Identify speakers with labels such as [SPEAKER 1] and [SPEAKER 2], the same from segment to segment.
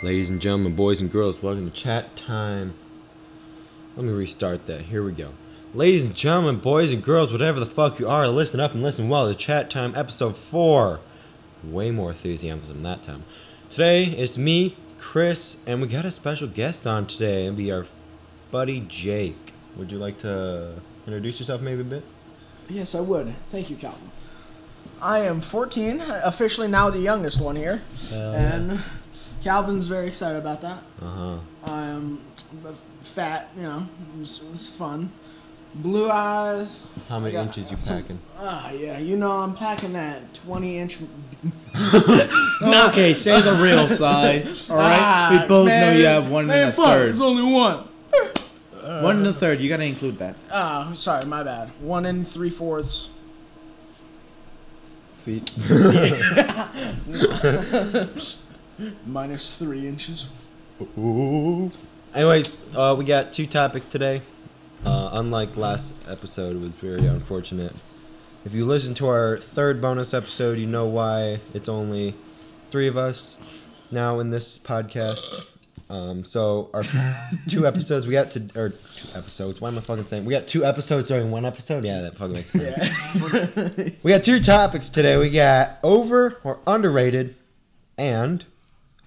[SPEAKER 1] Ladies and gentlemen, boys and girls, welcome to chat time. Let me restart that. Here we go. Ladies and gentlemen, boys and girls, whatever the fuck you are, listen up and listen well to chat time episode 4. Way more enthusiasm that time. Today it's me, Chris, and we got a special guest on today, and be our buddy Jake. Would you like to introduce yourself maybe a bit?
[SPEAKER 2] Yes, I would. Thank you, Calvin. I am 14, officially now the youngest one here,
[SPEAKER 1] Hell yeah.
[SPEAKER 2] and Calvin's very excited about that.
[SPEAKER 1] Uh huh.
[SPEAKER 2] I am fat, you know, it was, it was fun. Blue eyes.
[SPEAKER 1] How many
[SPEAKER 2] I got
[SPEAKER 1] inches you
[SPEAKER 2] some-
[SPEAKER 1] packing?
[SPEAKER 2] Ah, yeah, you know I'm packing that 20 inch.
[SPEAKER 3] Okay, say the real size. All right,
[SPEAKER 2] Ah,
[SPEAKER 3] we both
[SPEAKER 2] man,
[SPEAKER 3] know you have one
[SPEAKER 2] man,
[SPEAKER 3] and a
[SPEAKER 2] fuck,
[SPEAKER 3] third.
[SPEAKER 2] There's only one.
[SPEAKER 3] one and a third. You gotta include that.
[SPEAKER 2] Ah, sorry, my bad. One and three fourths.
[SPEAKER 3] Feet.
[SPEAKER 2] Minus three inches.
[SPEAKER 1] Anyways, uh, we got two topics today. Uh, unlike last episode, it was very unfortunate. If you listen to our third bonus episode, you know why it's only three of us now in this podcast. Um, so our two episodes we got to or two episodes. Why am I fucking saying we got two episodes during one episode? Yeah, that fucking makes sense. we got two topics today. We got over or underrated, and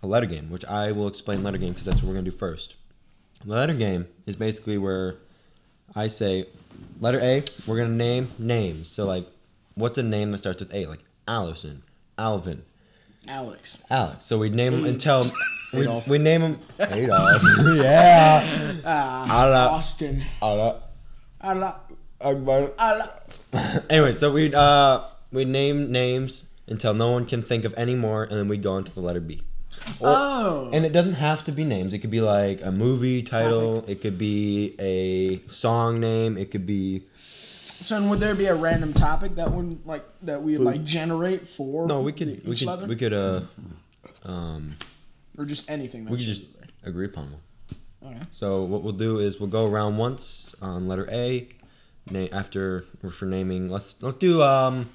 [SPEAKER 1] a letter game, which I will explain letter game because that's what we're gonna do first. The letter game is basically where I say letter A, we're gonna name names. So like what's a name that starts with A? Like Allison, Alvin,
[SPEAKER 2] Alex.
[SPEAKER 1] Alex. So we name them until we,
[SPEAKER 3] Adolf.
[SPEAKER 1] we name them Adolf. yeah.
[SPEAKER 2] Ah,
[SPEAKER 3] Uh,
[SPEAKER 1] Ala,
[SPEAKER 2] Austin.
[SPEAKER 1] ala,
[SPEAKER 2] Ala,
[SPEAKER 1] Akbar.
[SPEAKER 2] ala.
[SPEAKER 1] Anyway, so we uh we name names until no one can think of any more, and then we go into the letter B.
[SPEAKER 2] Oh.
[SPEAKER 1] And it doesn't have to be names. It could be like a movie title. It could be a song name. It could be
[SPEAKER 2] So, and would there be a random topic that would like that we would like generate for?
[SPEAKER 1] no. We could
[SPEAKER 2] the-
[SPEAKER 1] we
[SPEAKER 2] each
[SPEAKER 1] could
[SPEAKER 2] leather?
[SPEAKER 1] we could uh um
[SPEAKER 2] or just anything. That's
[SPEAKER 1] we could just agree upon one.
[SPEAKER 2] okay.
[SPEAKER 1] So what we'll do is we'll go around once on letter A. Na- after we're for naming, let's let's do um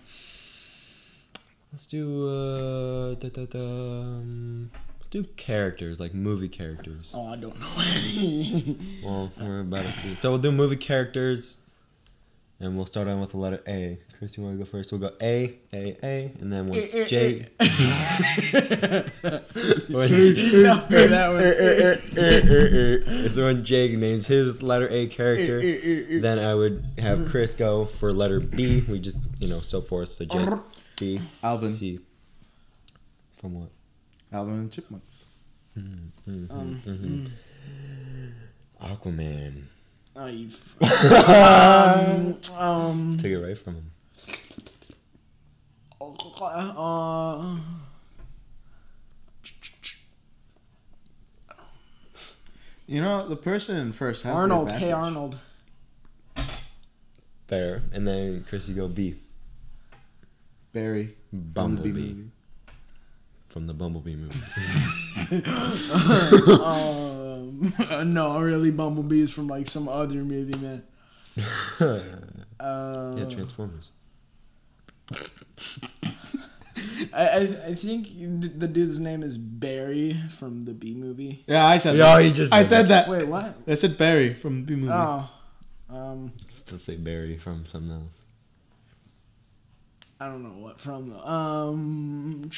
[SPEAKER 1] let's do uh da, da, da, um, let's do characters like movie characters.
[SPEAKER 2] Oh, I don't know any.
[SPEAKER 1] Well, we're about to see. So we'll do movie characters, and we'll start on with the letter A. Chris, you want to go first? We'll go A, A, A, and then once
[SPEAKER 2] eh,
[SPEAKER 1] J. when, er,
[SPEAKER 2] no, that was.
[SPEAKER 1] so when Jake names his letter A
[SPEAKER 2] Eh, Er,
[SPEAKER 1] character, then I would have Chris go for letter B. We just, you know, so forth. So J, B,
[SPEAKER 3] Alvin.
[SPEAKER 1] C. From what?
[SPEAKER 3] Alvin and Chipmunks.
[SPEAKER 2] Um,
[SPEAKER 1] Mm-hmm. Aquaman.
[SPEAKER 2] oh, you f- um, um,
[SPEAKER 1] Take it away from him.
[SPEAKER 2] uh,
[SPEAKER 3] You know the person in first has
[SPEAKER 2] Arnold.
[SPEAKER 3] The
[SPEAKER 2] Hey,
[SPEAKER 3] advantage.
[SPEAKER 2] Arnold.
[SPEAKER 1] There. And then Chris, you go B.
[SPEAKER 3] Barry. from the
[SPEAKER 1] Bumblebee.
[SPEAKER 3] B movie.
[SPEAKER 1] From the Bumblebee movie.
[SPEAKER 2] Um, no, really, Bumblebee is from like some other movie, man. Uh,
[SPEAKER 1] yeah, Transformers.
[SPEAKER 2] I, I, I think the dude's name is Barry from the B movie.
[SPEAKER 3] Yeah, I said.
[SPEAKER 1] Yeah,
[SPEAKER 3] that.
[SPEAKER 1] he just
[SPEAKER 3] I
[SPEAKER 1] said
[SPEAKER 3] said that.
[SPEAKER 2] Wait, what?
[SPEAKER 3] I said Barry from the B
[SPEAKER 1] Mm-hmm.
[SPEAKER 3] movie.
[SPEAKER 2] Oh, um,
[SPEAKER 1] Still say Barry from something else.
[SPEAKER 2] I don't know what from the um.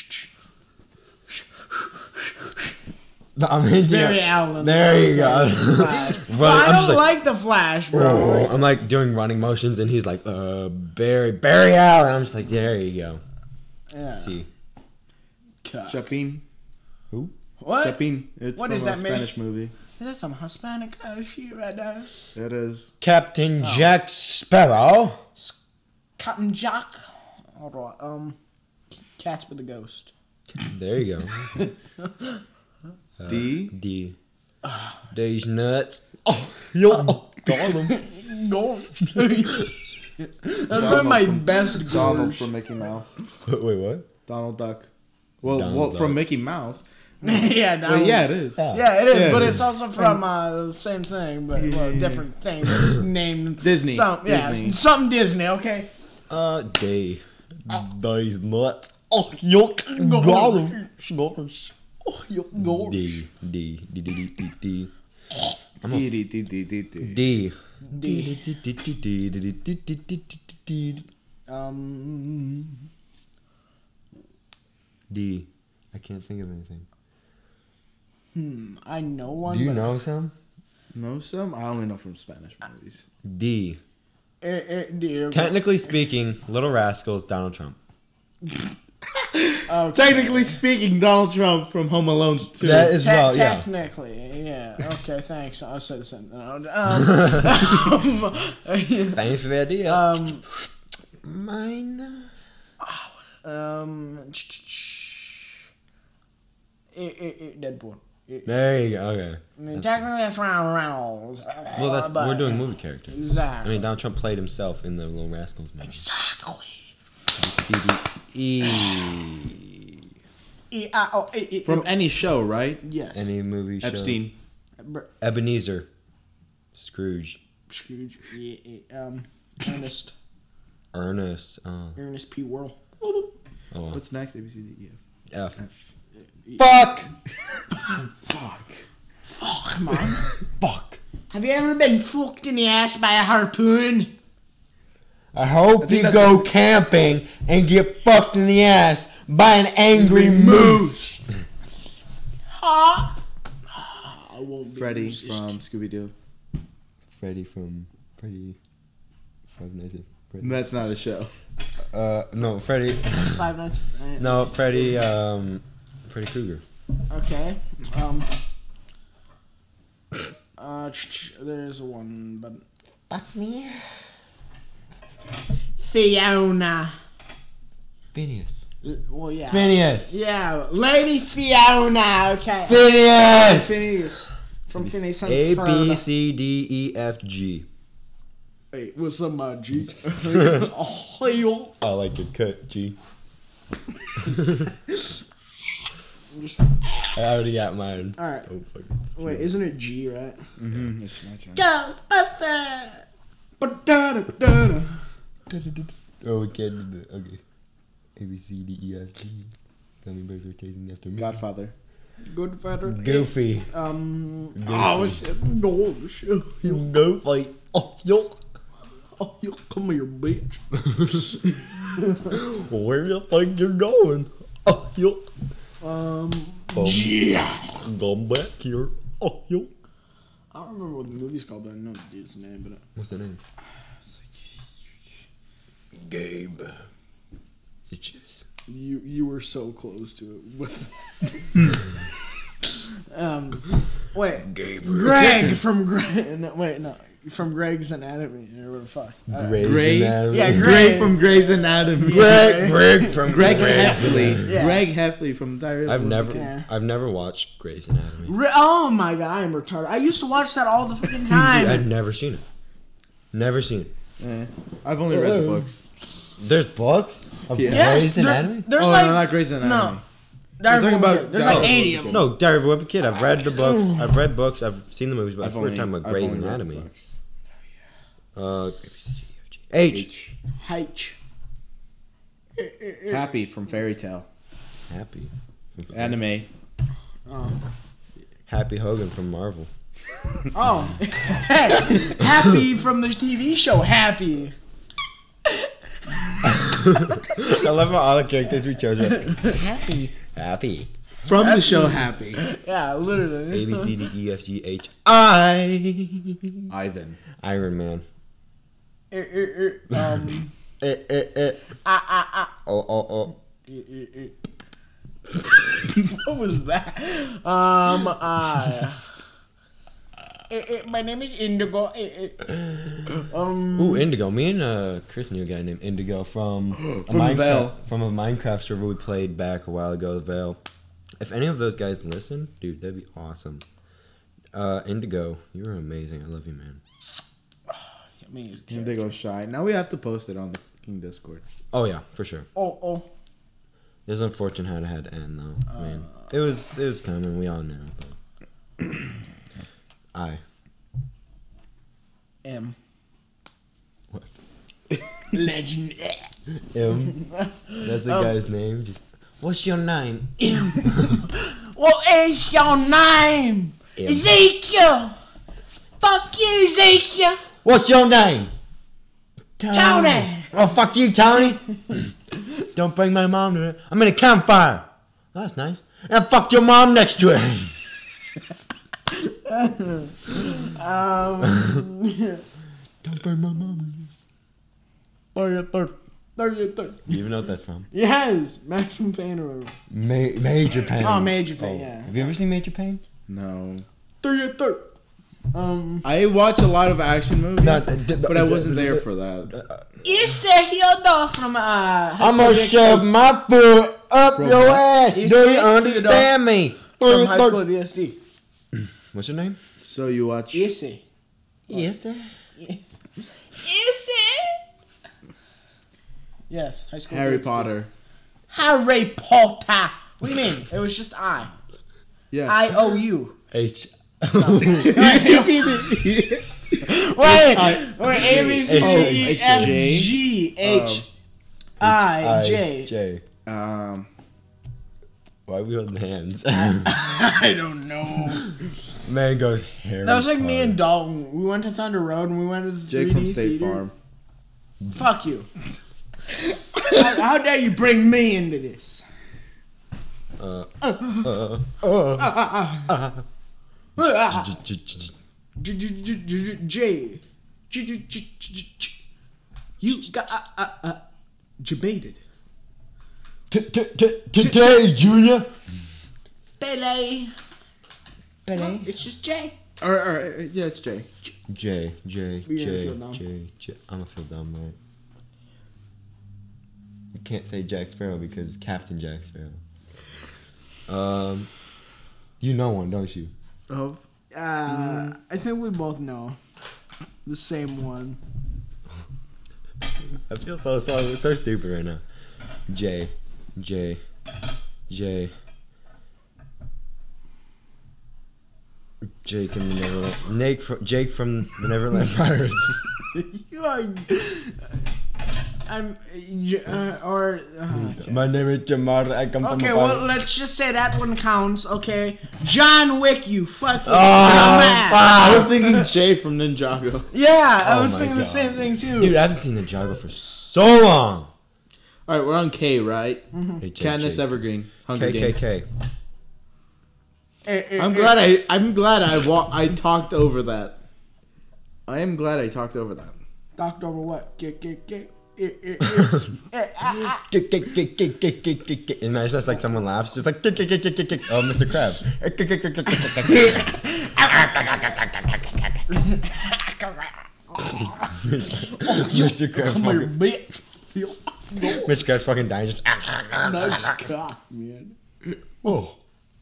[SPEAKER 1] I mean,
[SPEAKER 2] Barry
[SPEAKER 1] yeah.
[SPEAKER 2] Allen.
[SPEAKER 1] There you go.
[SPEAKER 2] Flash.
[SPEAKER 1] Right,
[SPEAKER 2] Well, I
[SPEAKER 1] I'm
[SPEAKER 2] don't
[SPEAKER 1] just like,
[SPEAKER 2] like, the Flash, bro.
[SPEAKER 1] "Whoa." Oh, I'm like doing running motions, and he's like, uh, Barry, Barry Allen. I'm just like, there you go.
[SPEAKER 2] Yeah.
[SPEAKER 1] See,
[SPEAKER 2] Cuck.
[SPEAKER 3] Chapin.
[SPEAKER 2] What?
[SPEAKER 3] Chapin. It's
[SPEAKER 2] What
[SPEAKER 3] from
[SPEAKER 2] is
[SPEAKER 3] a
[SPEAKER 2] that man?
[SPEAKER 3] Spanish movie.
[SPEAKER 2] Is that some Hispanic uh, shit right there?
[SPEAKER 3] It is.
[SPEAKER 1] Captain
[SPEAKER 2] Oh.
[SPEAKER 1] Jack Sparrow.
[SPEAKER 2] Cotton Jock. Hold on. Um, Casper the Ghost.
[SPEAKER 1] There you go. Uh,
[SPEAKER 3] D.
[SPEAKER 1] D. These nuts. Ah. Oh, yo, oh, got him.
[SPEAKER 2] Gorge. That's been my
[SPEAKER 3] from-
[SPEAKER 2] best
[SPEAKER 3] Donald
[SPEAKER 2] gorge.
[SPEAKER 3] from Mickey Mouse.
[SPEAKER 1] Wait, what?
[SPEAKER 3] Donald Duck. Well,
[SPEAKER 1] Donald
[SPEAKER 3] well,
[SPEAKER 1] Duck.
[SPEAKER 3] from Mickey Mouse.
[SPEAKER 2] yeah,
[SPEAKER 3] Well,
[SPEAKER 2] Donald.
[SPEAKER 3] yeah, it is.
[SPEAKER 2] Yeah, it is,
[SPEAKER 3] Yeah,
[SPEAKER 2] but
[SPEAKER 3] it
[SPEAKER 2] it's also from uh, the same thing, but well, different thing. It's named
[SPEAKER 3] Disney.
[SPEAKER 2] Some, yeah,
[SPEAKER 3] Disney.
[SPEAKER 2] something Disney. Okay.
[SPEAKER 1] Uh, Ah. D. These nuts. Oh, yo, got him. Gosh.
[SPEAKER 2] Oh, yo, gosh.
[SPEAKER 1] D D D D D D D. I'm a-
[SPEAKER 3] D-D-D-D-D.
[SPEAKER 1] D.
[SPEAKER 2] D.
[SPEAKER 1] D.
[SPEAKER 2] Um,
[SPEAKER 1] D. I can't think of anything.
[SPEAKER 2] I know one.
[SPEAKER 1] Do you
[SPEAKER 2] but
[SPEAKER 1] know some?
[SPEAKER 3] Know some? I only know from Spanish movies.
[SPEAKER 1] D.
[SPEAKER 2] Eh, eh, dear.
[SPEAKER 1] Technically speaking, Little Rascals, Donald Trump.
[SPEAKER 2] Okay.
[SPEAKER 3] Technically speaking, Donald Trump from Home Alone 2.
[SPEAKER 1] That is
[SPEAKER 2] Te-
[SPEAKER 1] well, yeah.
[SPEAKER 2] technically, yeah. Okay, thanks. I'll say the same. Um,
[SPEAKER 1] Thanks for the idea.
[SPEAKER 2] um,
[SPEAKER 1] Mine.
[SPEAKER 2] um, ch- ch- ch- eh, eh, eh, Deadpool. Eh,
[SPEAKER 1] There you go. Okay.
[SPEAKER 2] I mean, technically, that's Ryan Reynolds.
[SPEAKER 1] Well, that's
[SPEAKER 2] but-
[SPEAKER 1] we're doing movie characters. I
[SPEAKER 2] Exactly.
[SPEAKER 1] mean, Donald Trump played himself in the Little Rascals movie.
[SPEAKER 2] exactly.
[SPEAKER 1] C D E.
[SPEAKER 2] E I O E E.
[SPEAKER 3] From any show, right?
[SPEAKER 2] yes.
[SPEAKER 1] Any movie show.
[SPEAKER 3] Epstein.
[SPEAKER 2] Br-
[SPEAKER 1] Ebenezer. Scrooge.
[SPEAKER 2] Scrooge. Eh, eh, um, Ernest.
[SPEAKER 1] Ernest. Oh.
[SPEAKER 2] Ernest P. Worrell.
[SPEAKER 1] oh.
[SPEAKER 3] What's next? A, B, C, D, E,
[SPEAKER 1] F.
[SPEAKER 3] F. F.
[SPEAKER 1] Fuck.
[SPEAKER 3] Fuck.
[SPEAKER 2] Fuck, man.
[SPEAKER 3] Fuck.
[SPEAKER 2] Have you ever been fucked in the ass by a harpoon?
[SPEAKER 1] I hope you
[SPEAKER 3] that's
[SPEAKER 1] go camping and get fucked in the ass by an angry moose.
[SPEAKER 2] Huh? I won't be
[SPEAKER 3] Freddy
[SPEAKER 2] racist.
[SPEAKER 3] from Scooby Doo.
[SPEAKER 1] Freddy from Freddy Five Nights at Freddy.
[SPEAKER 3] That's not a show.
[SPEAKER 1] Uh, no, Freddy.
[SPEAKER 2] Five Nights. at-
[SPEAKER 1] No, Freddy. Um, Freddy Krueger.
[SPEAKER 2] Okay. Um. Uh, ch- ch- there's one, but
[SPEAKER 1] Fuck me.
[SPEAKER 2] Fiona.
[SPEAKER 1] Phineas.
[SPEAKER 2] L- Uh, Well, yeah.
[SPEAKER 1] Phineas.
[SPEAKER 2] Yeah, Lady Fiona. Okay.
[SPEAKER 1] Phineas.
[SPEAKER 2] Phineas. From Phineas and
[SPEAKER 1] A B
[SPEAKER 2] Ferb.
[SPEAKER 1] C D E F G.
[SPEAKER 2] Hey, what's up, my G? oh, yo.
[SPEAKER 1] I like your cut, G. I already got mine.
[SPEAKER 2] All right.
[SPEAKER 1] Oh fuck. it's-
[SPEAKER 2] Wait, isn't it G, right?
[SPEAKER 3] Mm-hmm. It's my turn.
[SPEAKER 2] Ghostbusters. Ba-da-da-da-da.
[SPEAKER 1] Oh, we can't do that. Okay. A B C D E F G. Gummy bears are chasing after me.
[SPEAKER 3] Godfather.
[SPEAKER 2] Good fighter.
[SPEAKER 1] Goofy.
[SPEAKER 2] Um.
[SPEAKER 1] Goofy.
[SPEAKER 2] Oh shit! No shit!
[SPEAKER 1] You go like oh yo.
[SPEAKER 2] Oh, you come here, bitch.
[SPEAKER 1] Where the fuck you going? Oh yo.
[SPEAKER 2] Um.
[SPEAKER 1] Um,
[SPEAKER 2] Yeah.
[SPEAKER 1] Come back here. Oh yo.
[SPEAKER 2] I don't remember what the movie's called, but I know the dude's name. But uh,
[SPEAKER 1] What's the name? Gabe. Itches.
[SPEAKER 2] you you were so close to it with. um. Wait.
[SPEAKER 1] Gabe.
[SPEAKER 2] Greg from Greg. No, wait, no. From Greg's Anatomy or whatever the fuck. Uh,
[SPEAKER 1] Gray's
[SPEAKER 3] Gray.
[SPEAKER 1] Anatomy.
[SPEAKER 2] Yeah, Gray.
[SPEAKER 3] Greg from Grey's Anatomy.
[SPEAKER 1] Greg. Greg from
[SPEAKER 3] Greg
[SPEAKER 1] Grey's
[SPEAKER 3] Heffley.
[SPEAKER 1] Anatomy.
[SPEAKER 2] Yeah.
[SPEAKER 3] Greg Heffley from Diary. of
[SPEAKER 1] I've
[SPEAKER 3] a
[SPEAKER 1] never,
[SPEAKER 3] Wimpy Kid.
[SPEAKER 2] Yeah.
[SPEAKER 1] I've never watched Grey's Anatomy.
[SPEAKER 2] Re- oh my god, I am retarded. I used to watch that all the fucking
[SPEAKER 1] Dude, I've
[SPEAKER 2] time.
[SPEAKER 1] never seen it. Never seen it.
[SPEAKER 3] Eh. I've only read the
[SPEAKER 1] Oh.
[SPEAKER 3] books.
[SPEAKER 1] There's books of
[SPEAKER 3] Yeah.
[SPEAKER 2] yes,
[SPEAKER 1] Grey's
[SPEAKER 2] there-
[SPEAKER 1] Anatomy.
[SPEAKER 2] there's
[SPEAKER 3] oh
[SPEAKER 2] like
[SPEAKER 3] no, not Grey's
[SPEAKER 2] no.
[SPEAKER 3] Anatomy.
[SPEAKER 2] There's,
[SPEAKER 3] You're talking
[SPEAKER 2] one-
[SPEAKER 3] about-
[SPEAKER 2] there's like
[SPEAKER 3] oh.
[SPEAKER 2] 80 of them.
[SPEAKER 1] No, Diary of a Wimpy Kid. I've read the books. I've read books. I've seen the movies, but
[SPEAKER 3] I've
[SPEAKER 1] I've never
[SPEAKER 3] only-
[SPEAKER 1] time about
[SPEAKER 3] I've
[SPEAKER 1] Grey's
[SPEAKER 3] only read the
[SPEAKER 1] Anatomy.
[SPEAKER 3] books.
[SPEAKER 1] Uh, H.
[SPEAKER 3] H.
[SPEAKER 2] H.
[SPEAKER 3] Happy from Fairy Tale.
[SPEAKER 1] Happy.
[SPEAKER 3] Anime.
[SPEAKER 2] Oh.
[SPEAKER 1] Happy Hogan from Marvel.
[SPEAKER 2] Oh. hey, Happy from the TV show Happy.
[SPEAKER 1] I love how all the characters we chose were happy. Happy.
[SPEAKER 3] From the show Happy.
[SPEAKER 2] Yeah, literally.
[SPEAKER 1] A B C D E F G H I.
[SPEAKER 3] Ivan.
[SPEAKER 1] Iron Man.
[SPEAKER 2] Er, er, er, um,
[SPEAKER 1] Eh eh eh.
[SPEAKER 2] ah, ah, ah.
[SPEAKER 1] Oh oh oh.
[SPEAKER 2] Er, er, er. what was that? Um, uh, er, er, my name is Indigo. Er, er. Um,
[SPEAKER 1] Ooh, Indigo. Me and uh, Chris knew a guy named Indigo from a
[SPEAKER 3] From the
[SPEAKER 1] Minecraft,
[SPEAKER 3] Vale.
[SPEAKER 1] from a Minecraft server we played back a while ago. The Vale. If any of those guys listen, dude, that'd be awesome. Uh, Indigo, you're amazing. I love you, man.
[SPEAKER 2] I mean, it's-
[SPEAKER 3] And they go shy. Now we have to post it on the fucking Discord.
[SPEAKER 1] Oh yeah, for sure.
[SPEAKER 2] oh, oh.
[SPEAKER 1] It was unfortunate how it had to end though. I mean, it was it was coming. We all knew. But... I
[SPEAKER 2] M.
[SPEAKER 1] What?
[SPEAKER 2] Legend.
[SPEAKER 1] M. That's the
[SPEAKER 2] Um,
[SPEAKER 1] guy's name. Just what's your name?
[SPEAKER 2] What is your name?
[SPEAKER 1] Yeah.
[SPEAKER 2] Ezekiel. Fuck you, Ezekiel.
[SPEAKER 1] What's your name?
[SPEAKER 2] Tony.
[SPEAKER 1] Oh, fuck you, Tony. Don't bring my mom to it. I'm in a campfire. Oh, that's nice. And I fucked your mom next to it.
[SPEAKER 2] Um,
[SPEAKER 1] Don't burn my mom. You even know what that's from?
[SPEAKER 2] yes, Maximum Pain
[SPEAKER 1] Ma- Major Pain.
[SPEAKER 2] Oh, Major Payne, yeah.
[SPEAKER 1] Have you ever seen Major Pain?
[SPEAKER 3] No.
[SPEAKER 2] Three or third. Um,
[SPEAKER 3] I watch a lot of action movies,
[SPEAKER 1] No, d- d-
[SPEAKER 3] but I wasn't
[SPEAKER 1] d-
[SPEAKER 3] there
[SPEAKER 1] d- uh,
[SPEAKER 3] for that.
[SPEAKER 2] is Theodore from uh? High
[SPEAKER 1] I'm
[SPEAKER 2] School
[SPEAKER 1] gonna
[SPEAKER 2] DxD?
[SPEAKER 1] shove my foot up
[SPEAKER 3] From
[SPEAKER 1] your
[SPEAKER 3] what?
[SPEAKER 1] ass.
[SPEAKER 2] You
[SPEAKER 1] Do
[SPEAKER 2] see
[SPEAKER 1] you
[SPEAKER 2] it?
[SPEAKER 1] understand me?
[SPEAKER 2] from High School DSD.
[SPEAKER 1] What's your name?
[SPEAKER 3] So you watch?
[SPEAKER 2] Issy.
[SPEAKER 1] Yes, sir.
[SPEAKER 2] Issy. Yes, High School
[SPEAKER 3] Harry
[SPEAKER 2] DxD.
[SPEAKER 3] Potter.
[SPEAKER 2] Harry Potter. What do you mean? It was just I.
[SPEAKER 3] Yeah.
[SPEAKER 2] I O U.
[SPEAKER 1] H.
[SPEAKER 2] Wait, wait, A B C
[SPEAKER 1] H,
[SPEAKER 2] D E
[SPEAKER 3] H,
[SPEAKER 2] F
[SPEAKER 3] J,
[SPEAKER 2] G H I J.
[SPEAKER 1] J.
[SPEAKER 3] um.
[SPEAKER 1] Why are we holding hands?
[SPEAKER 2] Ah. I don't know.
[SPEAKER 1] Man goes Harry.
[SPEAKER 2] That was like me
[SPEAKER 1] Potter.
[SPEAKER 2] and Dalton. We went to Thunder Road and we went to the
[SPEAKER 3] Jake
[SPEAKER 2] 3D
[SPEAKER 3] from State
[SPEAKER 2] theater.
[SPEAKER 3] Farm.
[SPEAKER 2] Fuck you. how, how dare you bring me into this?
[SPEAKER 1] Uh, uh,
[SPEAKER 2] Ah.
[SPEAKER 3] uh.
[SPEAKER 1] j- j- j- j-
[SPEAKER 2] J J J J J J J J J J. You got uh, uh, uh, debated.
[SPEAKER 1] t- t- t- Today, Junior.
[SPEAKER 2] Billy. Billy. It's just Jay.
[SPEAKER 3] Or, or uh, yeah, it's Jay.
[SPEAKER 1] J J
[SPEAKER 2] We're gonna
[SPEAKER 1] J
[SPEAKER 2] feel dumb.
[SPEAKER 1] J J. I'm gonna feel dumb, right? You can't say Jack Sparrow because Captain Jack Sparrow. Um, you know one, don't you?
[SPEAKER 3] Of
[SPEAKER 2] Uh, I think we both know the same one.
[SPEAKER 1] I feel so so so stupid right now. J J J. Jake and the Neverland. Nate fr- Jake from the Neverland Pirates.
[SPEAKER 2] You are. I'm. j- Uh, or. Uh, okay.
[SPEAKER 1] My name is Jamar. I come from.
[SPEAKER 2] Okay,
[SPEAKER 1] a
[SPEAKER 2] well,
[SPEAKER 1] pirate-
[SPEAKER 2] let's just say that one counts, okay? John Wick, you fucking
[SPEAKER 1] Ah,
[SPEAKER 2] dumbass.
[SPEAKER 1] ah.
[SPEAKER 3] I was thinking Jay from Ninjago.
[SPEAKER 2] Yeah, I
[SPEAKER 1] Oh
[SPEAKER 2] was
[SPEAKER 1] my
[SPEAKER 2] thinking the
[SPEAKER 1] God.
[SPEAKER 2] same thing, too.
[SPEAKER 1] Dude, I haven't seen the Jago for so long.
[SPEAKER 3] All right, we're on K, right?
[SPEAKER 1] Hey, Jake,
[SPEAKER 3] Candace
[SPEAKER 1] Jake.
[SPEAKER 3] Evergreen, Hunger Games.
[SPEAKER 1] KKK.
[SPEAKER 2] Eh, eh,
[SPEAKER 3] I'm
[SPEAKER 2] eh.
[SPEAKER 3] glad I I'm glad I wa- I talked over that. I am glad I talked over that.
[SPEAKER 2] Talked over what? Get, get, get. Eh, eh, eh. Eh, ah, ah.
[SPEAKER 1] Kick, kick, kick, kick, kick, kick, kick, kick. And it's just like someone laughs. It's like kick, kick, kick, kick, kick, kick. Oh, Mr. Crab. Kick, kick, kick, kick, kick, kick, kick. Mr. Crab.
[SPEAKER 2] Come here,
[SPEAKER 1] fucking-
[SPEAKER 2] bitch. Yo,
[SPEAKER 1] Mr. Crab's fucking dying. Just.
[SPEAKER 2] Nice cock, man.
[SPEAKER 1] Oh,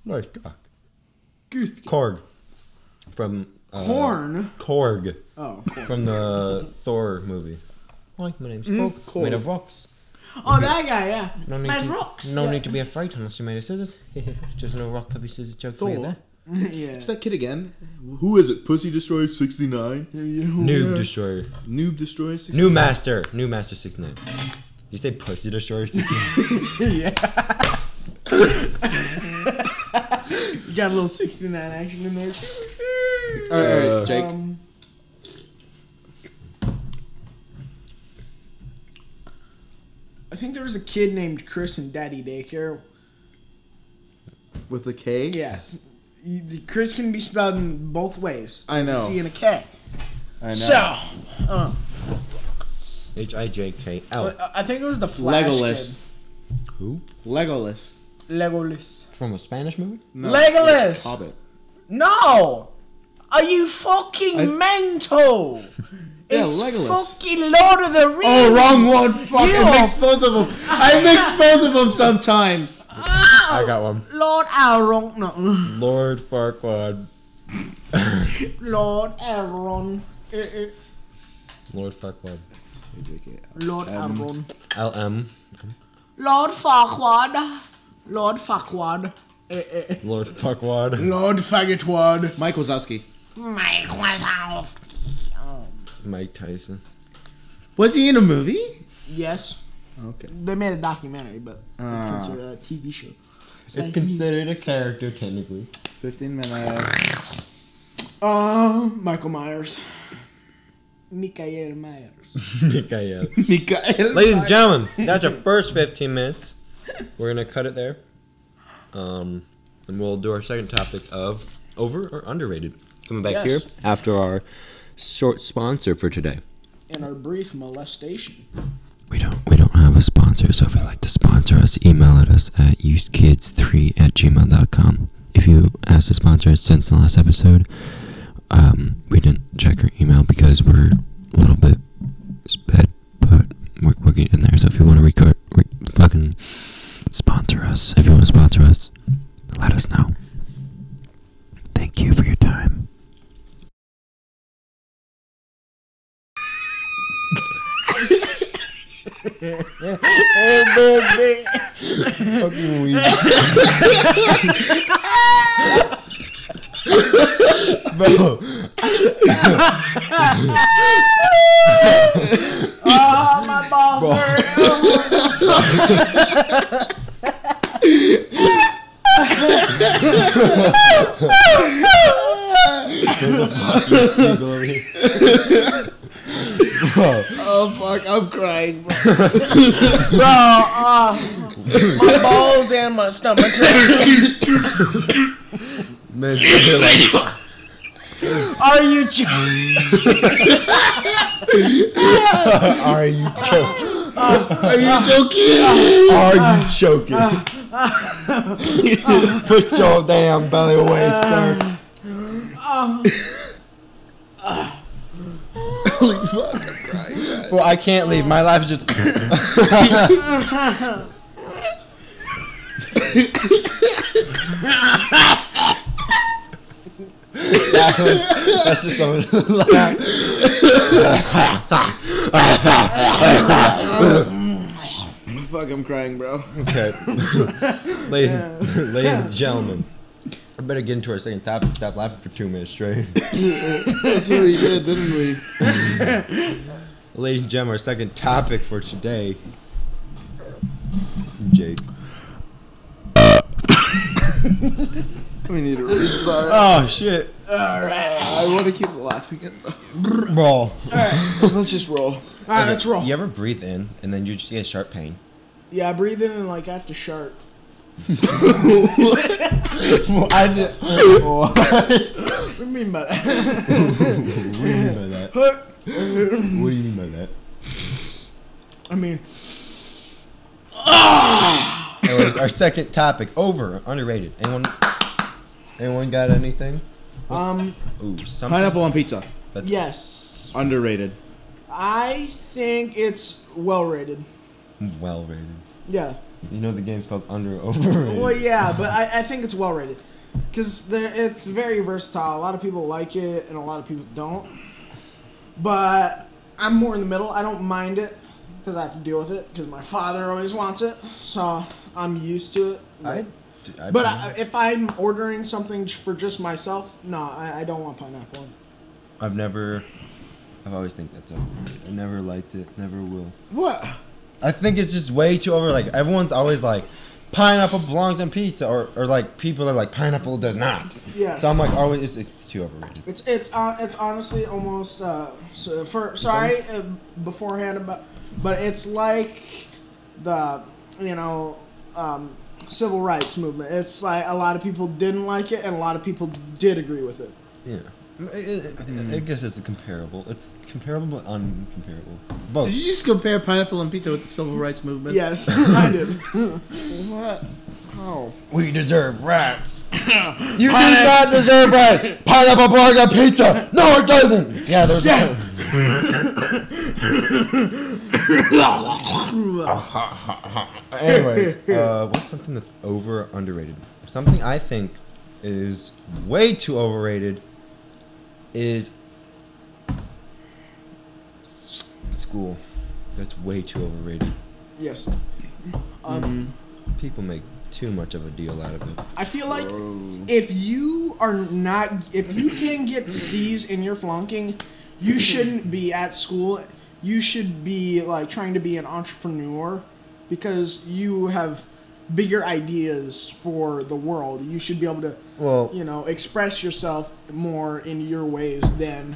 [SPEAKER 1] nice cock.
[SPEAKER 2] Good
[SPEAKER 1] Korg. From. uh,
[SPEAKER 2] corn.
[SPEAKER 1] Korg.
[SPEAKER 2] Oh, corn.
[SPEAKER 1] From the Thor movie. Hi, my name's Korg.
[SPEAKER 3] Korg.
[SPEAKER 1] Made of rocks.
[SPEAKER 2] Oh, that guy, yeah.
[SPEAKER 1] No need
[SPEAKER 2] Mad
[SPEAKER 1] to,
[SPEAKER 2] rocks.
[SPEAKER 1] No
[SPEAKER 2] yeah.
[SPEAKER 1] need to be afraid unless you're made of scissors. Just no rock, paper, scissors joke for you
[SPEAKER 3] Thor.
[SPEAKER 1] there.
[SPEAKER 2] yeah.
[SPEAKER 3] It's that kid again. Who is it? Pussy Destroyer 69?
[SPEAKER 1] Noob destroyer.
[SPEAKER 3] Noob Destroyer 69?
[SPEAKER 1] New master. New master 69. You say pussy destroyer 69?
[SPEAKER 2] yeah. you got a little 69 action in there. too.
[SPEAKER 3] All right, all
[SPEAKER 1] Uh,
[SPEAKER 3] right, Jake.
[SPEAKER 2] Um, I think there was a kid named Chris in Daddy Daycare.
[SPEAKER 3] with a K?
[SPEAKER 2] Yes. You- Chris can be spelled in both ways.
[SPEAKER 3] I know.
[SPEAKER 2] A C and a K.
[SPEAKER 3] I know.
[SPEAKER 2] So, uh,
[SPEAKER 1] H I J K L.
[SPEAKER 2] I I think it was the Flash
[SPEAKER 3] Legolas.
[SPEAKER 1] Who?
[SPEAKER 3] Legolas.
[SPEAKER 2] Kid. Legolas.
[SPEAKER 1] From a Spanish movie?
[SPEAKER 3] No,
[SPEAKER 2] Legolas!
[SPEAKER 3] it's Hobbit.
[SPEAKER 2] No! Are you fucking
[SPEAKER 3] I-
[SPEAKER 2] mental?
[SPEAKER 3] Yeah,
[SPEAKER 2] it's
[SPEAKER 3] Legolas.
[SPEAKER 2] fucking Lord of the Rings.
[SPEAKER 3] Oh, wrong one. Fuck.
[SPEAKER 2] You
[SPEAKER 3] I mix
[SPEAKER 2] are-
[SPEAKER 3] both of them. I mix both of them sometimes.
[SPEAKER 2] Ah,
[SPEAKER 1] I got one.
[SPEAKER 2] Lord Aaron. No,
[SPEAKER 1] Lord Farquaad.
[SPEAKER 2] Lord Aaron. Eh, eh,
[SPEAKER 1] Lord Farquaad.
[SPEAKER 2] Lord Aaron.
[SPEAKER 1] L M.
[SPEAKER 2] Lord Farquaad. Lord Farquaad. Eh, eh, eh.
[SPEAKER 1] Lord Farquaad.
[SPEAKER 2] Lord Faggotwad.
[SPEAKER 3] Mike Wazowski.
[SPEAKER 2] Make myself. Um,
[SPEAKER 1] Mike Tyson.
[SPEAKER 3] Was he in a movie?
[SPEAKER 2] Yes,
[SPEAKER 3] Okay.
[SPEAKER 2] they made a documentary, but
[SPEAKER 3] Ah.
[SPEAKER 2] it's considered a TV show.
[SPEAKER 1] It's considered a character technically.
[SPEAKER 3] 15 minutes. Uh, Michael Myers.
[SPEAKER 2] Michael Myers.
[SPEAKER 1] Mikael.
[SPEAKER 3] Mikael.
[SPEAKER 1] Ladies and gentlemen, that's our first 15 minutes. We're gonna cut it there, um, and we'll do our second topic of over or underrated. Coming back
[SPEAKER 2] Yes.
[SPEAKER 1] here after our short sponsor for today.
[SPEAKER 2] In our brief molestation.
[SPEAKER 1] We don't we don't have a sponsor, so if you'd like to sponsor us, email at us at usekids3 at gmail.com. If you asked to sponsor us since the last episode, um, we didn't check your email because we're a little bit sped, but we're, we're getting there. So if you want to record, re- fucking sponsor us, if you want to sponsor us, let us know. Thank you for your time. Fucking weed. Bro,
[SPEAKER 2] Oh, my balls hurt.
[SPEAKER 3] Oh, fuck. I'm crying, bro.
[SPEAKER 2] Bro, uh, my balls and my stomach hurt.
[SPEAKER 1] man, you're like,
[SPEAKER 2] Are you joking?
[SPEAKER 1] are you choking?
[SPEAKER 3] Are you joking?
[SPEAKER 1] Are you choking? Put your damn belly away, sir.
[SPEAKER 3] Holy fuck. I'm crying.
[SPEAKER 1] Well, I can't leave. My life is just. that was, that's just so much laugh.
[SPEAKER 3] Fuck, I'm crying, bro.
[SPEAKER 1] Okay. ladies, and, ladies and gentlemen, I better get into our second topic. Stop laughing for two minutes straight.
[SPEAKER 3] That's what we did, didn't we?
[SPEAKER 1] ladies and gentlemen, our second topic for today. Jake.
[SPEAKER 3] We need to restart.
[SPEAKER 1] Oh, shit.
[SPEAKER 3] I want to keep laughing at
[SPEAKER 1] Bro.
[SPEAKER 3] Let's just roll.
[SPEAKER 2] All right, let's roll.
[SPEAKER 1] You ever breathe in and then you just get sharp pain?
[SPEAKER 2] Yeah, I breathe in and like I have to shart.
[SPEAKER 1] I did. what
[SPEAKER 2] What do you mean by that?
[SPEAKER 1] do you mean by that? What do you mean by that?
[SPEAKER 2] I mean,
[SPEAKER 1] Anyways, our second topic. Over. Underrated. Anyone? Anyone got anything?
[SPEAKER 2] um,
[SPEAKER 1] Ooh, something.
[SPEAKER 3] Pineapple on pizza.
[SPEAKER 1] That's
[SPEAKER 2] yes.
[SPEAKER 3] Underrated.
[SPEAKER 2] I think it's well rated.
[SPEAKER 1] well rated.
[SPEAKER 2] Yeah.
[SPEAKER 1] You know the game's called Under Overrated.
[SPEAKER 2] Well, yeah, but I, I think it's well rated. Because it's very versatile. A lot of people like it and a lot of people don't. But I'm more in the middle. I don't mind it because I have to deal with it because my father always wants it. So I'm used to it.
[SPEAKER 1] I, I
[SPEAKER 2] But I, if I'm ordering something j- for just myself, no, I, I don't want pineapple. on it.
[SPEAKER 1] I've never. I've always think that's overrated. I never liked it. Never will.
[SPEAKER 3] What?
[SPEAKER 1] I think it's just way too over. Like everyone's always like, pineapple belongs on pizza, or, or like people are like pineapple does not.
[SPEAKER 2] Yes.
[SPEAKER 1] So I'm like always it's, it's too overrated.
[SPEAKER 2] It's it's uh, it's honestly almost uh, so for sorry uh, beforehand about, but it's like the you know um, civil rights movement. It's like a lot of people didn't like it and a lot of people did agree with it.
[SPEAKER 1] Yeah. I- I, I- I guess it's comparable. It's comparable but uncomparable. Both.
[SPEAKER 3] Did you just compare pineapple on pizza with the civil rights movement?
[SPEAKER 2] Yes, I did.
[SPEAKER 3] What? Oh.
[SPEAKER 1] We deserve rats. you do not deserve rats. Pineapple belongs on pizza. No, it doesn't. Yeah, there's. Yeah. Anyways, uh, what's something that's over or underrated? Something I think is way too overrated is school. That's way too overrated.
[SPEAKER 2] yes, um,
[SPEAKER 1] People make too much of a deal out of it.
[SPEAKER 2] I feel like if you are not, if you can get C's in your flunking, you shouldn't be at school. You should be like trying to be an entrepreneur because you have bigger ideas for the world. You should be able to,
[SPEAKER 1] Well,
[SPEAKER 2] you know, express yourself more in your ways than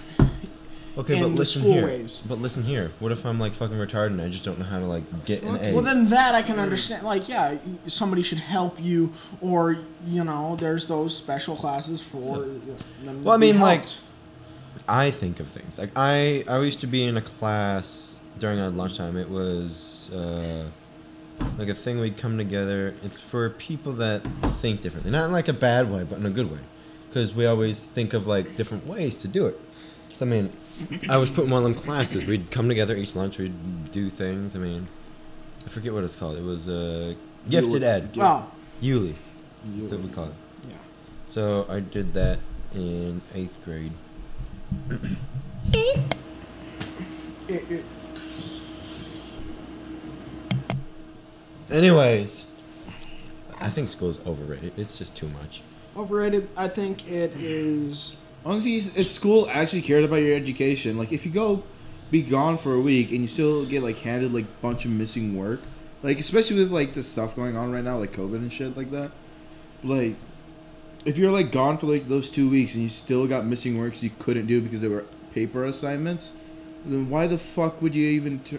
[SPEAKER 1] okay, but
[SPEAKER 2] and the
[SPEAKER 1] listen
[SPEAKER 2] school
[SPEAKER 1] here.
[SPEAKER 2] waves.
[SPEAKER 1] But listen here. What if I'm like fucking retarded and I just don't know how to like get an A?
[SPEAKER 2] Well, then that I can understand. Like, yeah, somebody should help you, or you know, there's those special classes for. Them
[SPEAKER 1] Well, I
[SPEAKER 2] to be
[SPEAKER 1] mean, like,
[SPEAKER 2] helped.
[SPEAKER 1] I think of things. Like I, I used to be in a class during our lunchtime. It was uh, like a thing we'd come together. It's for people that think differently, not in like a bad way, but in a good way, because we always think of like different ways to do it. So I mean, I was put in one of them classes. We'd come together each lunch. We'd do things. I mean, I forget what it's called. It was uh, gifted ed.
[SPEAKER 2] well,
[SPEAKER 1] Yuli. That's what we call it.
[SPEAKER 2] yeah.
[SPEAKER 1] So I did that in eighth grade.
[SPEAKER 2] It- it-
[SPEAKER 1] Anyways, I think school's overrated. It's just too much.
[SPEAKER 2] overrated. I think it is.
[SPEAKER 3] Honestly, if school actually cared about your education, like if you go be gone for a week and you still get like handed like bunch of missing work, like especially with like the stuff going on right now, like COVID and shit like that, like if you're like gone for like those two weeks and you still got missing works you couldn't do because they were paper assignments, then why the fuck would you even t-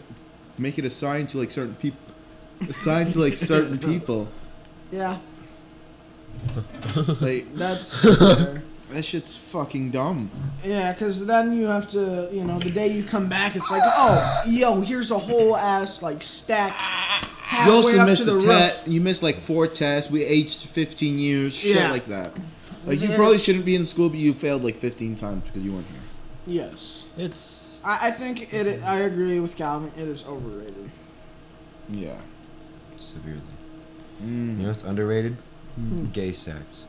[SPEAKER 3] make it assigned to like certain people? Assigned to like certain people,
[SPEAKER 2] Yeah,
[SPEAKER 3] like
[SPEAKER 2] that's. fair.
[SPEAKER 3] that shit's fucking dumb.
[SPEAKER 2] Yeah, because then you have to, you know, the day you come back, it's like, oh, yo, here's a whole ass like stack
[SPEAKER 3] You
[SPEAKER 2] halfway
[SPEAKER 3] also
[SPEAKER 2] up
[SPEAKER 3] missed
[SPEAKER 2] to the
[SPEAKER 3] a
[SPEAKER 2] roof.
[SPEAKER 3] test. You missed like four tests. We aged 15 years, shit
[SPEAKER 2] Yeah.
[SPEAKER 3] like that. Like
[SPEAKER 2] Is
[SPEAKER 3] you
[SPEAKER 2] there-
[SPEAKER 3] probably shouldn't be in school, but you failed like 15 times because you weren't here.
[SPEAKER 2] Yes,
[SPEAKER 1] It's
[SPEAKER 2] I, I think it. I agree with Calvin. It is overrated.
[SPEAKER 3] Yeah.
[SPEAKER 1] severely. You
[SPEAKER 3] Mm.
[SPEAKER 1] know what's underrated?
[SPEAKER 3] Hmm.
[SPEAKER 1] Gay sex.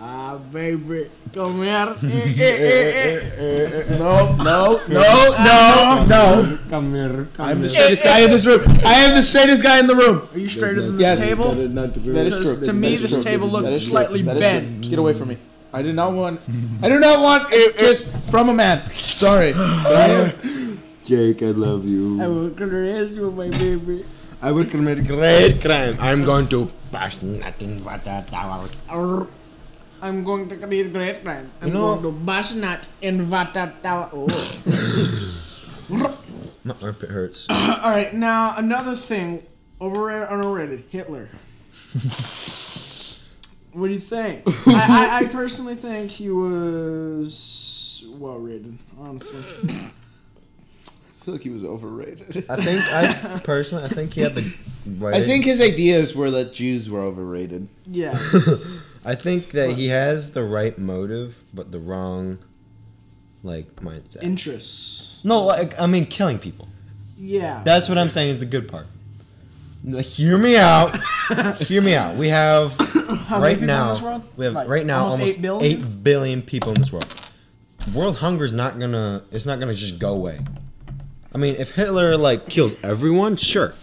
[SPEAKER 2] Ah, baby, come here. Eh, eh, eh, eh.
[SPEAKER 3] No, no, no, no,
[SPEAKER 2] eh.
[SPEAKER 3] no.
[SPEAKER 1] Come here. Come
[SPEAKER 3] I'm the straightest guy in this room. I am the straightest guy in the room.
[SPEAKER 2] Are you straighter than
[SPEAKER 3] Yes.
[SPEAKER 2] this table?
[SPEAKER 3] That is
[SPEAKER 2] Because
[SPEAKER 3] true.
[SPEAKER 2] to me,
[SPEAKER 3] That is
[SPEAKER 2] this
[SPEAKER 3] true.
[SPEAKER 2] table
[SPEAKER 3] That
[SPEAKER 2] looked
[SPEAKER 3] is true.
[SPEAKER 2] slightly
[SPEAKER 3] That is true.
[SPEAKER 2] bent.
[SPEAKER 3] Get away from me. I do not want. I do not want a kiss from a man. Sorry.
[SPEAKER 1] Jake, I love
[SPEAKER 2] I
[SPEAKER 1] you.
[SPEAKER 2] will caress you, my baby.
[SPEAKER 1] I would commit great crime. I'm going to bash nothing but that tower.
[SPEAKER 2] Arr. I'm going to commit great crime. I'm
[SPEAKER 1] You know-
[SPEAKER 2] going to bash nut in Vata Tower. Oh.
[SPEAKER 1] My armpit hurts.
[SPEAKER 2] All right, now another thing, overrated, underrated, Hitler. what do you think? I, I, I personally think he was well rated, honestly.
[SPEAKER 3] I feel like he was overrated.
[SPEAKER 1] I think I personally, I think he had the right.
[SPEAKER 3] I think his ideas were that Jews were overrated.
[SPEAKER 2] Yes.
[SPEAKER 1] I think that he has the right motive, but the wrong, like mindset.
[SPEAKER 2] Interests.
[SPEAKER 1] no, like I mean, killing people.
[SPEAKER 2] Yeah.
[SPEAKER 1] That's what I'm saying is the good part. Now, Hear me out. Hear me out. We have
[SPEAKER 2] many
[SPEAKER 1] right
[SPEAKER 2] people in
[SPEAKER 1] now.
[SPEAKER 2] this world?
[SPEAKER 1] We have
[SPEAKER 2] Like,
[SPEAKER 1] right now almost, 8,
[SPEAKER 2] almost eight billion?
[SPEAKER 1] billion? people in this world. World hunger's not gonna. It's not gonna just go away. I mean, if Hitler like killed everyone, sure,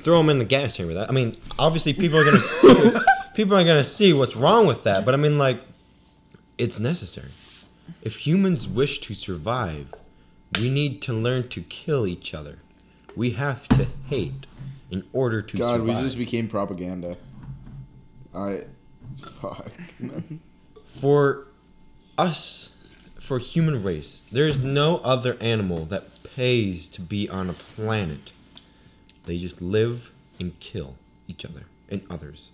[SPEAKER 1] throw him in the gas chamber. That I mean, obviously people are gonna see, people are gonna see what's wrong with that. But I mean, like, it's necessary. If humans wish to survive, we need to learn to kill each other. We have to hate in order to
[SPEAKER 3] God, we
[SPEAKER 1] survive.
[SPEAKER 3] just became propaganda. I. Fuck.
[SPEAKER 1] for us, for human race, there is no other animal that pays to be on a planet. They just live and kill each other and others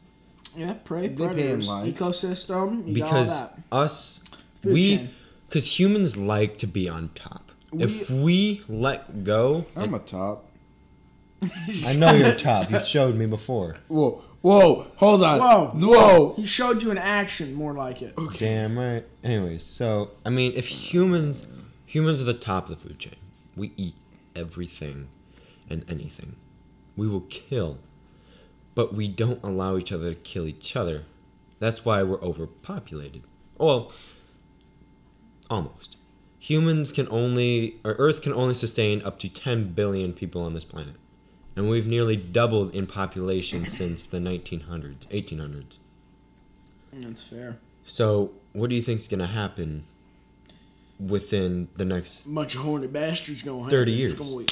[SPEAKER 2] yeah, prey,
[SPEAKER 3] They pay in
[SPEAKER 2] predators,
[SPEAKER 3] life.
[SPEAKER 2] ecosystem, you got all
[SPEAKER 1] because
[SPEAKER 2] that.
[SPEAKER 1] us,
[SPEAKER 2] Food
[SPEAKER 1] we,
[SPEAKER 2] chain.
[SPEAKER 1] because humans like to be on top. if we let go,
[SPEAKER 3] I'm a top.
[SPEAKER 1] I know you're top. You showed me before.
[SPEAKER 3] Whoa, whoa, hold on.
[SPEAKER 2] Whoa.
[SPEAKER 3] Whoa.
[SPEAKER 2] He showed you an action, more like it.
[SPEAKER 1] Damn right. Anyways, so I mean, if humans, humans are the top of the food chain. We eat everything and anything. We will kill, but we don't allow each other to kill each other. That's why we're overpopulated. Well, almost. Humans can only, or Earth can only sustain up to 10 billion people on this planet. And we've nearly doubled in population since the 1900s, 1800s.
[SPEAKER 2] That's fair.
[SPEAKER 1] So, what do you think's gonna happen within the next?
[SPEAKER 2] Bunch of horny bastards going.
[SPEAKER 1] 30
[SPEAKER 2] It's
[SPEAKER 1] years.
[SPEAKER 2] gonna be-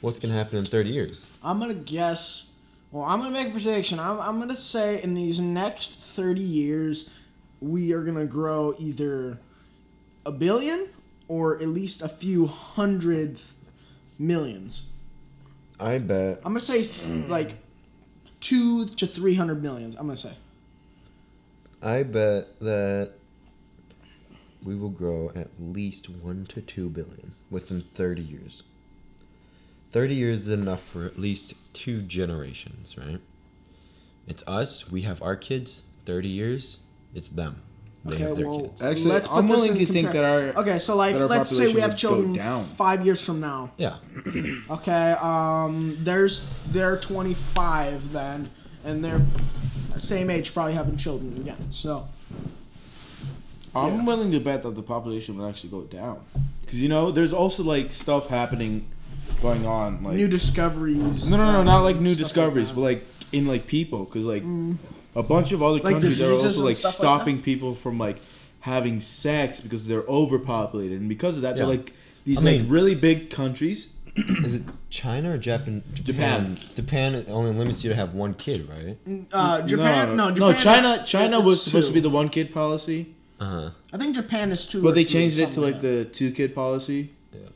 [SPEAKER 1] What's gonna happen in thirty years?
[SPEAKER 2] I'm gonna guess Well, I'm gonna make a prediction. I'm, I'm gonna say in these next 30 years, we are gonna grow either a billion or at least a few hundred millions.
[SPEAKER 1] I bet.
[SPEAKER 2] I'm gonna say
[SPEAKER 3] Mm.
[SPEAKER 2] th- like two to 300 millions. I'm gonna say.
[SPEAKER 1] I bet that we will grow at least one to two billion within 30 years. 30 years is enough for at least two generations, right? It's us, we have our kids, 30 years, it's them. They
[SPEAKER 2] Okay,
[SPEAKER 1] have their
[SPEAKER 2] well, uh,
[SPEAKER 1] kids.
[SPEAKER 3] Actually,
[SPEAKER 2] let's put
[SPEAKER 3] I'm
[SPEAKER 2] this
[SPEAKER 3] willing
[SPEAKER 2] in
[SPEAKER 3] to think
[SPEAKER 2] compar-
[SPEAKER 3] that our-
[SPEAKER 2] okay, so like
[SPEAKER 3] that our
[SPEAKER 2] let's say we
[SPEAKER 3] population
[SPEAKER 2] have
[SPEAKER 3] would go
[SPEAKER 2] children
[SPEAKER 3] down.
[SPEAKER 2] five years from now.
[SPEAKER 1] Yeah.
[SPEAKER 2] Okay, um, there's they're 25 then, and they're same age, probably having children again. So
[SPEAKER 3] I'm
[SPEAKER 2] Yeah.
[SPEAKER 3] willing to bet that the population would actually go down. Because, you know, there's also, like, stuff happening going on. Like,
[SPEAKER 2] new discoveries.
[SPEAKER 3] no, no, no,
[SPEAKER 2] um,
[SPEAKER 3] not like new
[SPEAKER 2] stuff
[SPEAKER 3] discoveries,
[SPEAKER 2] that. Mm.
[SPEAKER 3] but, like, in, like, people. Because, like, a bunch of other
[SPEAKER 2] Like
[SPEAKER 3] countries are
[SPEAKER 2] diseases
[SPEAKER 3] also,
[SPEAKER 2] and
[SPEAKER 3] like,
[SPEAKER 2] stuff like that?
[SPEAKER 3] stopping people from, like, having sex because they're overpopulated. And because of that,
[SPEAKER 1] Yeah.
[SPEAKER 3] they're, like, these,
[SPEAKER 1] I
[SPEAKER 3] like,
[SPEAKER 1] mean-
[SPEAKER 3] really big countries.
[SPEAKER 1] Is it China or Japan?
[SPEAKER 3] Japan.
[SPEAKER 1] Japan. Japan only limits you to have one kid, right?
[SPEAKER 2] uh, Japan. No, Japan
[SPEAKER 3] no, China.
[SPEAKER 2] it's-
[SPEAKER 3] China
[SPEAKER 2] it's
[SPEAKER 3] was supposed to
[SPEAKER 2] two.
[SPEAKER 3] be the one kid policy,
[SPEAKER 1] Uh huh.
[SPEAKER 2] I think Japan is two. or
[SPEAKER 3] but they
[SPEAKER 2] three,
[SPEAKER 3] changed it to
[SPEAKER 2] something
[SPEAKER 3] like the two kid policy.
[SPEAKER 1] Yeah. So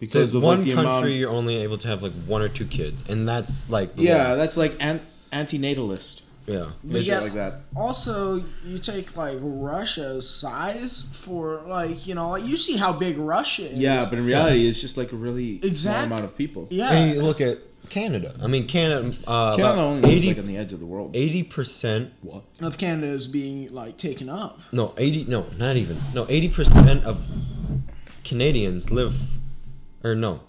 [SPEAKER 3] Because of
[SPEAKER 1] one
[SPEAKER 3] like, the
[SPEAKER 1] country,
[SPEAKER 3] amount.
[SPEAKER 1] you're only able to have like one or two kids, and that's like the
[SPEAKER 3] Yeah,
[SPEAKER 1] law.
[SPEAKER 3] that's like an- antinatalist.
[SPEAKER 1] yeah.
[SPEAKER 2] But
[SPEAKER 1] It's-
[SPEAKER 2] yeah,
[SPEAKER 3] like that.
[SPEAKER 2] Also, you take like Russia's size for like you know like you see how big Russia is.
[SPEAKER 3] Yeah, but in reality, it's just like a really small
[SPEAKER 2] Exact-
[SPEAKER 3] amount of people.
[SPEAKER 2] yeah,
[SPEAKER 1] And you look at Canada. I mean, Canada. Uh,
[SPEAKER 3] Canada
[SPEAKER 1] about
[SPEAKER 3] only lives
[SPEAKER 1] 80
[SPEAKER 3] like on the edge of the world.
[SPEAKER 1] Eighty percent.
[SPEAKER 3] What?
[SPEAKER 2] of Canada is being like taken up.
[SPEAKER 1] No, eighty. No, not even. No, eighty percent of Canadians live, or no,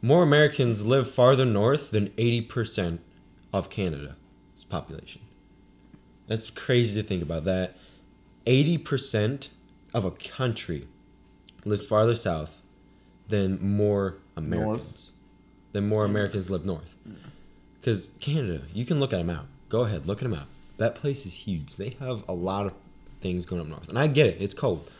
[SPEAKER 1] more Americans live farther north than eighty percent of Canada's population. That's crazy to think about. That eighty percent of a country lives farther south than more Americans. Than more Americans live north. Because Canada, you can look at them out. Go ahead, look at them out. That place is huge. They have a lot of things going up north, and I get it. It's cold,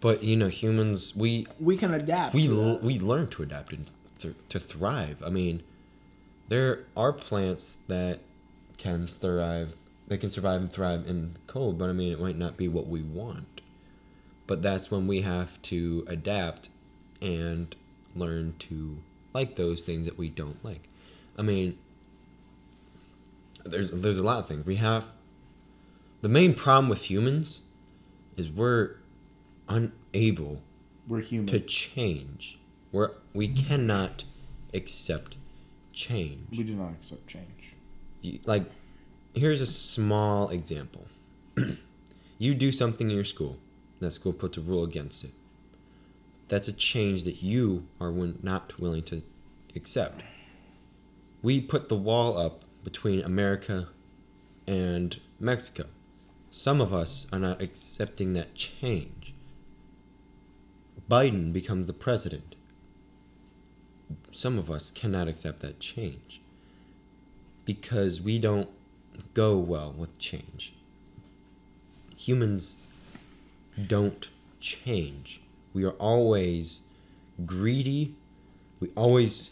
[SPEAKER 1] but you know, humans we
[SPEAKER 2] We can adapt.
[SPEAKER 1] we
[SPEAKER 2] to
[SPEAKER 1] l-
[SPEAKER 2] that.
[SPEAKER 1] we learn to adapt and th- to thrive. I mean, there are plants that can thrive. They can survive and thrive in cold, but I mean, it might not be what we want. But that's when we have to adapt and learn to like those things that we don't like. I mean, there's there's a lot of things we have. The main problem with humans is we're unable
[SPEAKER 3] We're human.
[SPEAKER 1] to change. We're, we cannot accept change.
[SPEAKER 3] We do not accept change.
[SPEAKER 1] You- Like, here's a small example. you do something in your school, and that school puts a rule against it. That's a change that you are win- not willing to accept. We put the wall up between America and Mexico. Some of us are not accepting that change. Biden becomes the president. Some of us cannot accept that change because we don't go well with change. Humans don't change. We are always greedy. We always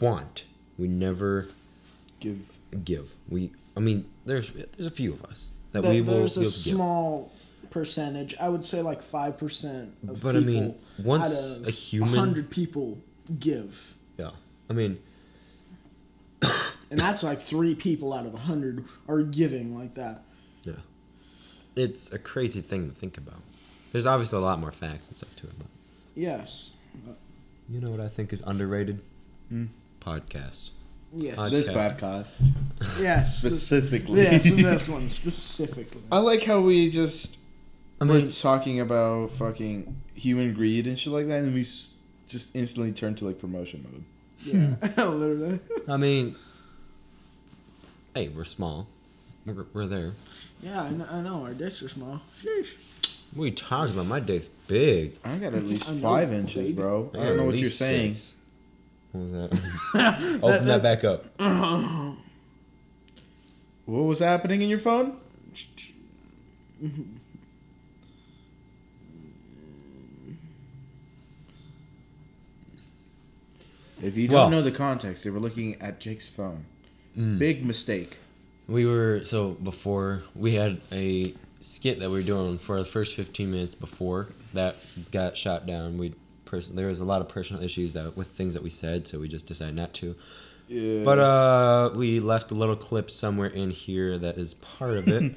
[SPEAKER 1] want. We never
[SPEAKER 3] Give.
[SPEAKER 1] give. We I mean, there's there's a few of us that
[SPEAKER 2] That
[SPEAKER 1] we will
[SPEAKER 2] there's a
[SPEAKER 1] we'll give.
[SPEAKER 2] small percentage. I would say like five percent of
[SPEAKER 1] But I
[SPEAKER 2] people.
[SPEAKER 1] mean, once
[SPEAKER 2] out of
[SPEAKER 1] a human-
[SPEAKER 2] hundred people give,
[SPEAKER 1] Yeah. I mean,
[SPEAKER 2] and that's like three people out of a hundred are giving like that.
[SPEAKER 1] yeah. It's a crazy thing to think about. There's obviously a lot more facts and stuff to it, but
[SPEAKER 2] Yes.
[SPEAKER 1] you know what I think is underrated?
[SPEAKER 2] Mm.
[SPEAKER 1] Podcast.
[SPEAKER 2] Yes.
[SPEAKER 1] Uh,
[SPEAKER 3] This
[SPEAKER 1] Podcast.
[SPEAKER 3] podcast.
[SPEAKER 2] yes. this-
[SPEAKER 3] Specifically.
[SPEAKER 2] Yes, this one specifically.
[SPEAKER 3] I like how we just
[SPEAKER 1] I
[SPEAKER 3] were
[SPEAKER 1] mean,
[SPEAKER 3] talking about fucking human greed and shit like that, and we s- just instantly turned to like promotion mode.
[SPEAKER 2] Yeah, literally.
[SPEAKER 1] I mean, hey, we're small. We're, we're there.
[SPEAKER 2] Yeah, I know, I know. Our dicks are small. Sheesh.
[SPEAKER 1] What are you talking about? My dick's big.
[SPEAKER 3] I got at least
[SPEAKER 2] I know,
[SPEAKER 3] five inches,
[SPEAKER 2] baby.
[SPEAKER 3] bro. I
[SPEAKER 1] got
[SPEAKER 3] don't know
[SPEAKER 1] at
[SPEAKER 3] what you're
[SPEAKER 1] least
[SPEAKER 3] saying.
[SPEAKER 1] six. What was that? Open that, back up.
[SPEAKER 3] What was happening in your phone? If you don't
[SPEAKER 1] Well-
[SPEAKER 3] know the context, they were looking at Jake's phone.
[SPEAKER 1] Mm.
[SPEAKER 3] Big mistake.
[SPEAKER 1] We were so before we had a skit that we were doing for the first 15 minutes before that got shot down. We person there was a lot of personal issues that with things that we said, so we just decided not to.
[SPEAKER 3] Yeah.
[SPEAKER 1] But uh, we left a little clip somewhere in here that is part of it.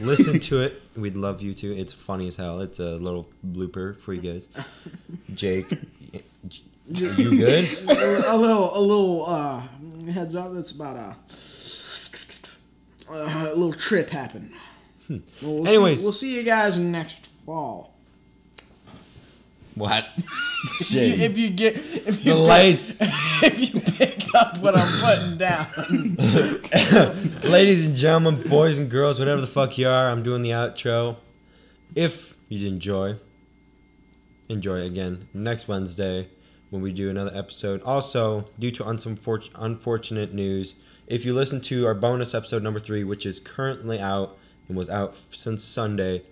[SPEAKER 1] Listen to it. We'd love you to. It's funny as hell. It's a little blooper for you guys. Jake, you good?
[SPEAKER 2] a, a little, a little uh, heads up. It's about a, uh, a little trip happened. Well, we'll see-
[SPEAKER 1] Hmm. Anyways.
[SPEAKER 2] we'll see you guys next fall.
[SPEAKER 1] What?
[SPEAKER 4] If you, if you get if you
[SPEAKER 1] The
[SPEAKER 4] pick-
[SPEAKER 1] lights.
[SPEAKER 4] if you pick up what I'm putting down.
[SPEAKER 1] Ladies and gentlemen, boys and girls, whatever the fuck you are, I'm doing the outro. If you did enjoy, enjoy again next Wednesday when we do another episode. Also, due to unfortunate, unfortunate news, if you listen to our bonus episode number three, which is currently out and was out since Sunday,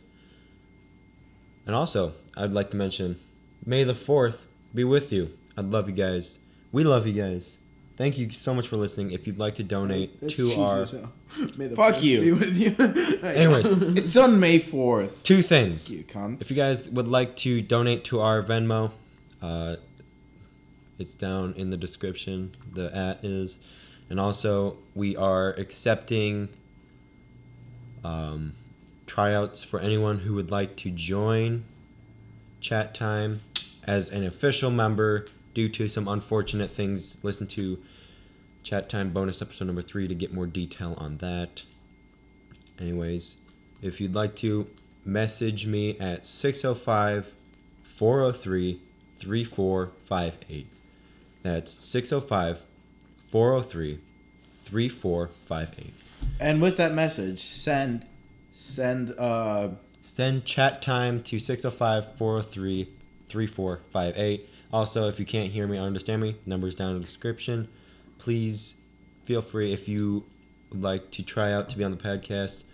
[SPEAKER 1] and also I'd like to mention May the 4th be with you. I'd love you guys. We love you guys. Thank you so much for listening. If you'd like to donate
[SPEAKER 2] That's
[SPEAKER 1] to
[SPEAKER 2] cheesy
[SPEAKER 1] our
[SPEAKER 2] as hell. May the
[SPEAKER 3] Fuck
[SPEAKER 2] force
[SPEAKER 3] you.
[SPEAKER 2] Be with you. Right.
[SPEAKER 1] Anyways,
[SPEAKER 3] It's on May 4th.
[SPEAKER 1] two things.
[SPEAKER 3] You cunt.
[SPEAKER 1] If you guys would like to donate to our Venmo, uh, it's down in the description. The at is, and also we are accepting um, tryouts for anyone who would like to join Chat Time as an official member. Due to some unfortunate things, listen to Chat Time bonus episode number three to get more detail on that. Anyways, if you'd like to message me at 605 403 3458. That's 605 403 3458.
[SPEAKER 3] and with that message, send send uh
[SPEAKER 1] Send chat time to 605 403 3458. Also, if you can't hear me or understand me, numbers down in the description. Please feel free if you would like to try out to be on the podcast.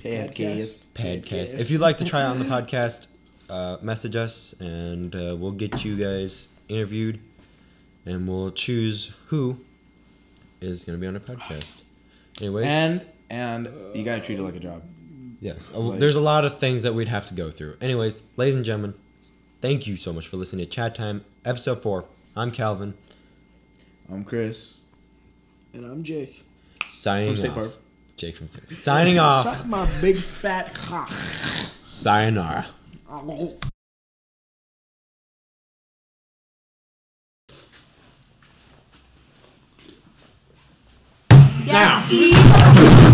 [SPEAKER 3] podcast.
[SPEAKER 1] podcast. If you'd like to try out on the podcast, uh, message us and uh, we'll get you guys interviewed and we'll choose who is going to be on the podcast. Anyways,
[SPEAKER 3] And and you gotta treat it like a job.
[SPEAKER 1] yes, uh, there's a lot of things that we'd have to go through. Anyways, ladies and gentlemen, thank you so much for listening to Chat Time, episode four. I'm Calvin,
[SPEAKER 3] I'm Chris.
[SPEAKER 2] And I'm Jake.
[SPEAKER 1] signing
[SPEAKER 3] Safe
[SPEAKER 1] off.
[SPEAKER 3] Harbor.
[SPEAKER 1] Jake from Safe Signing off.
[SPEAKER 2] Suck my big fat cock.
[SPEAKER 1] Sayonara.
[SPEAKER 5] Now.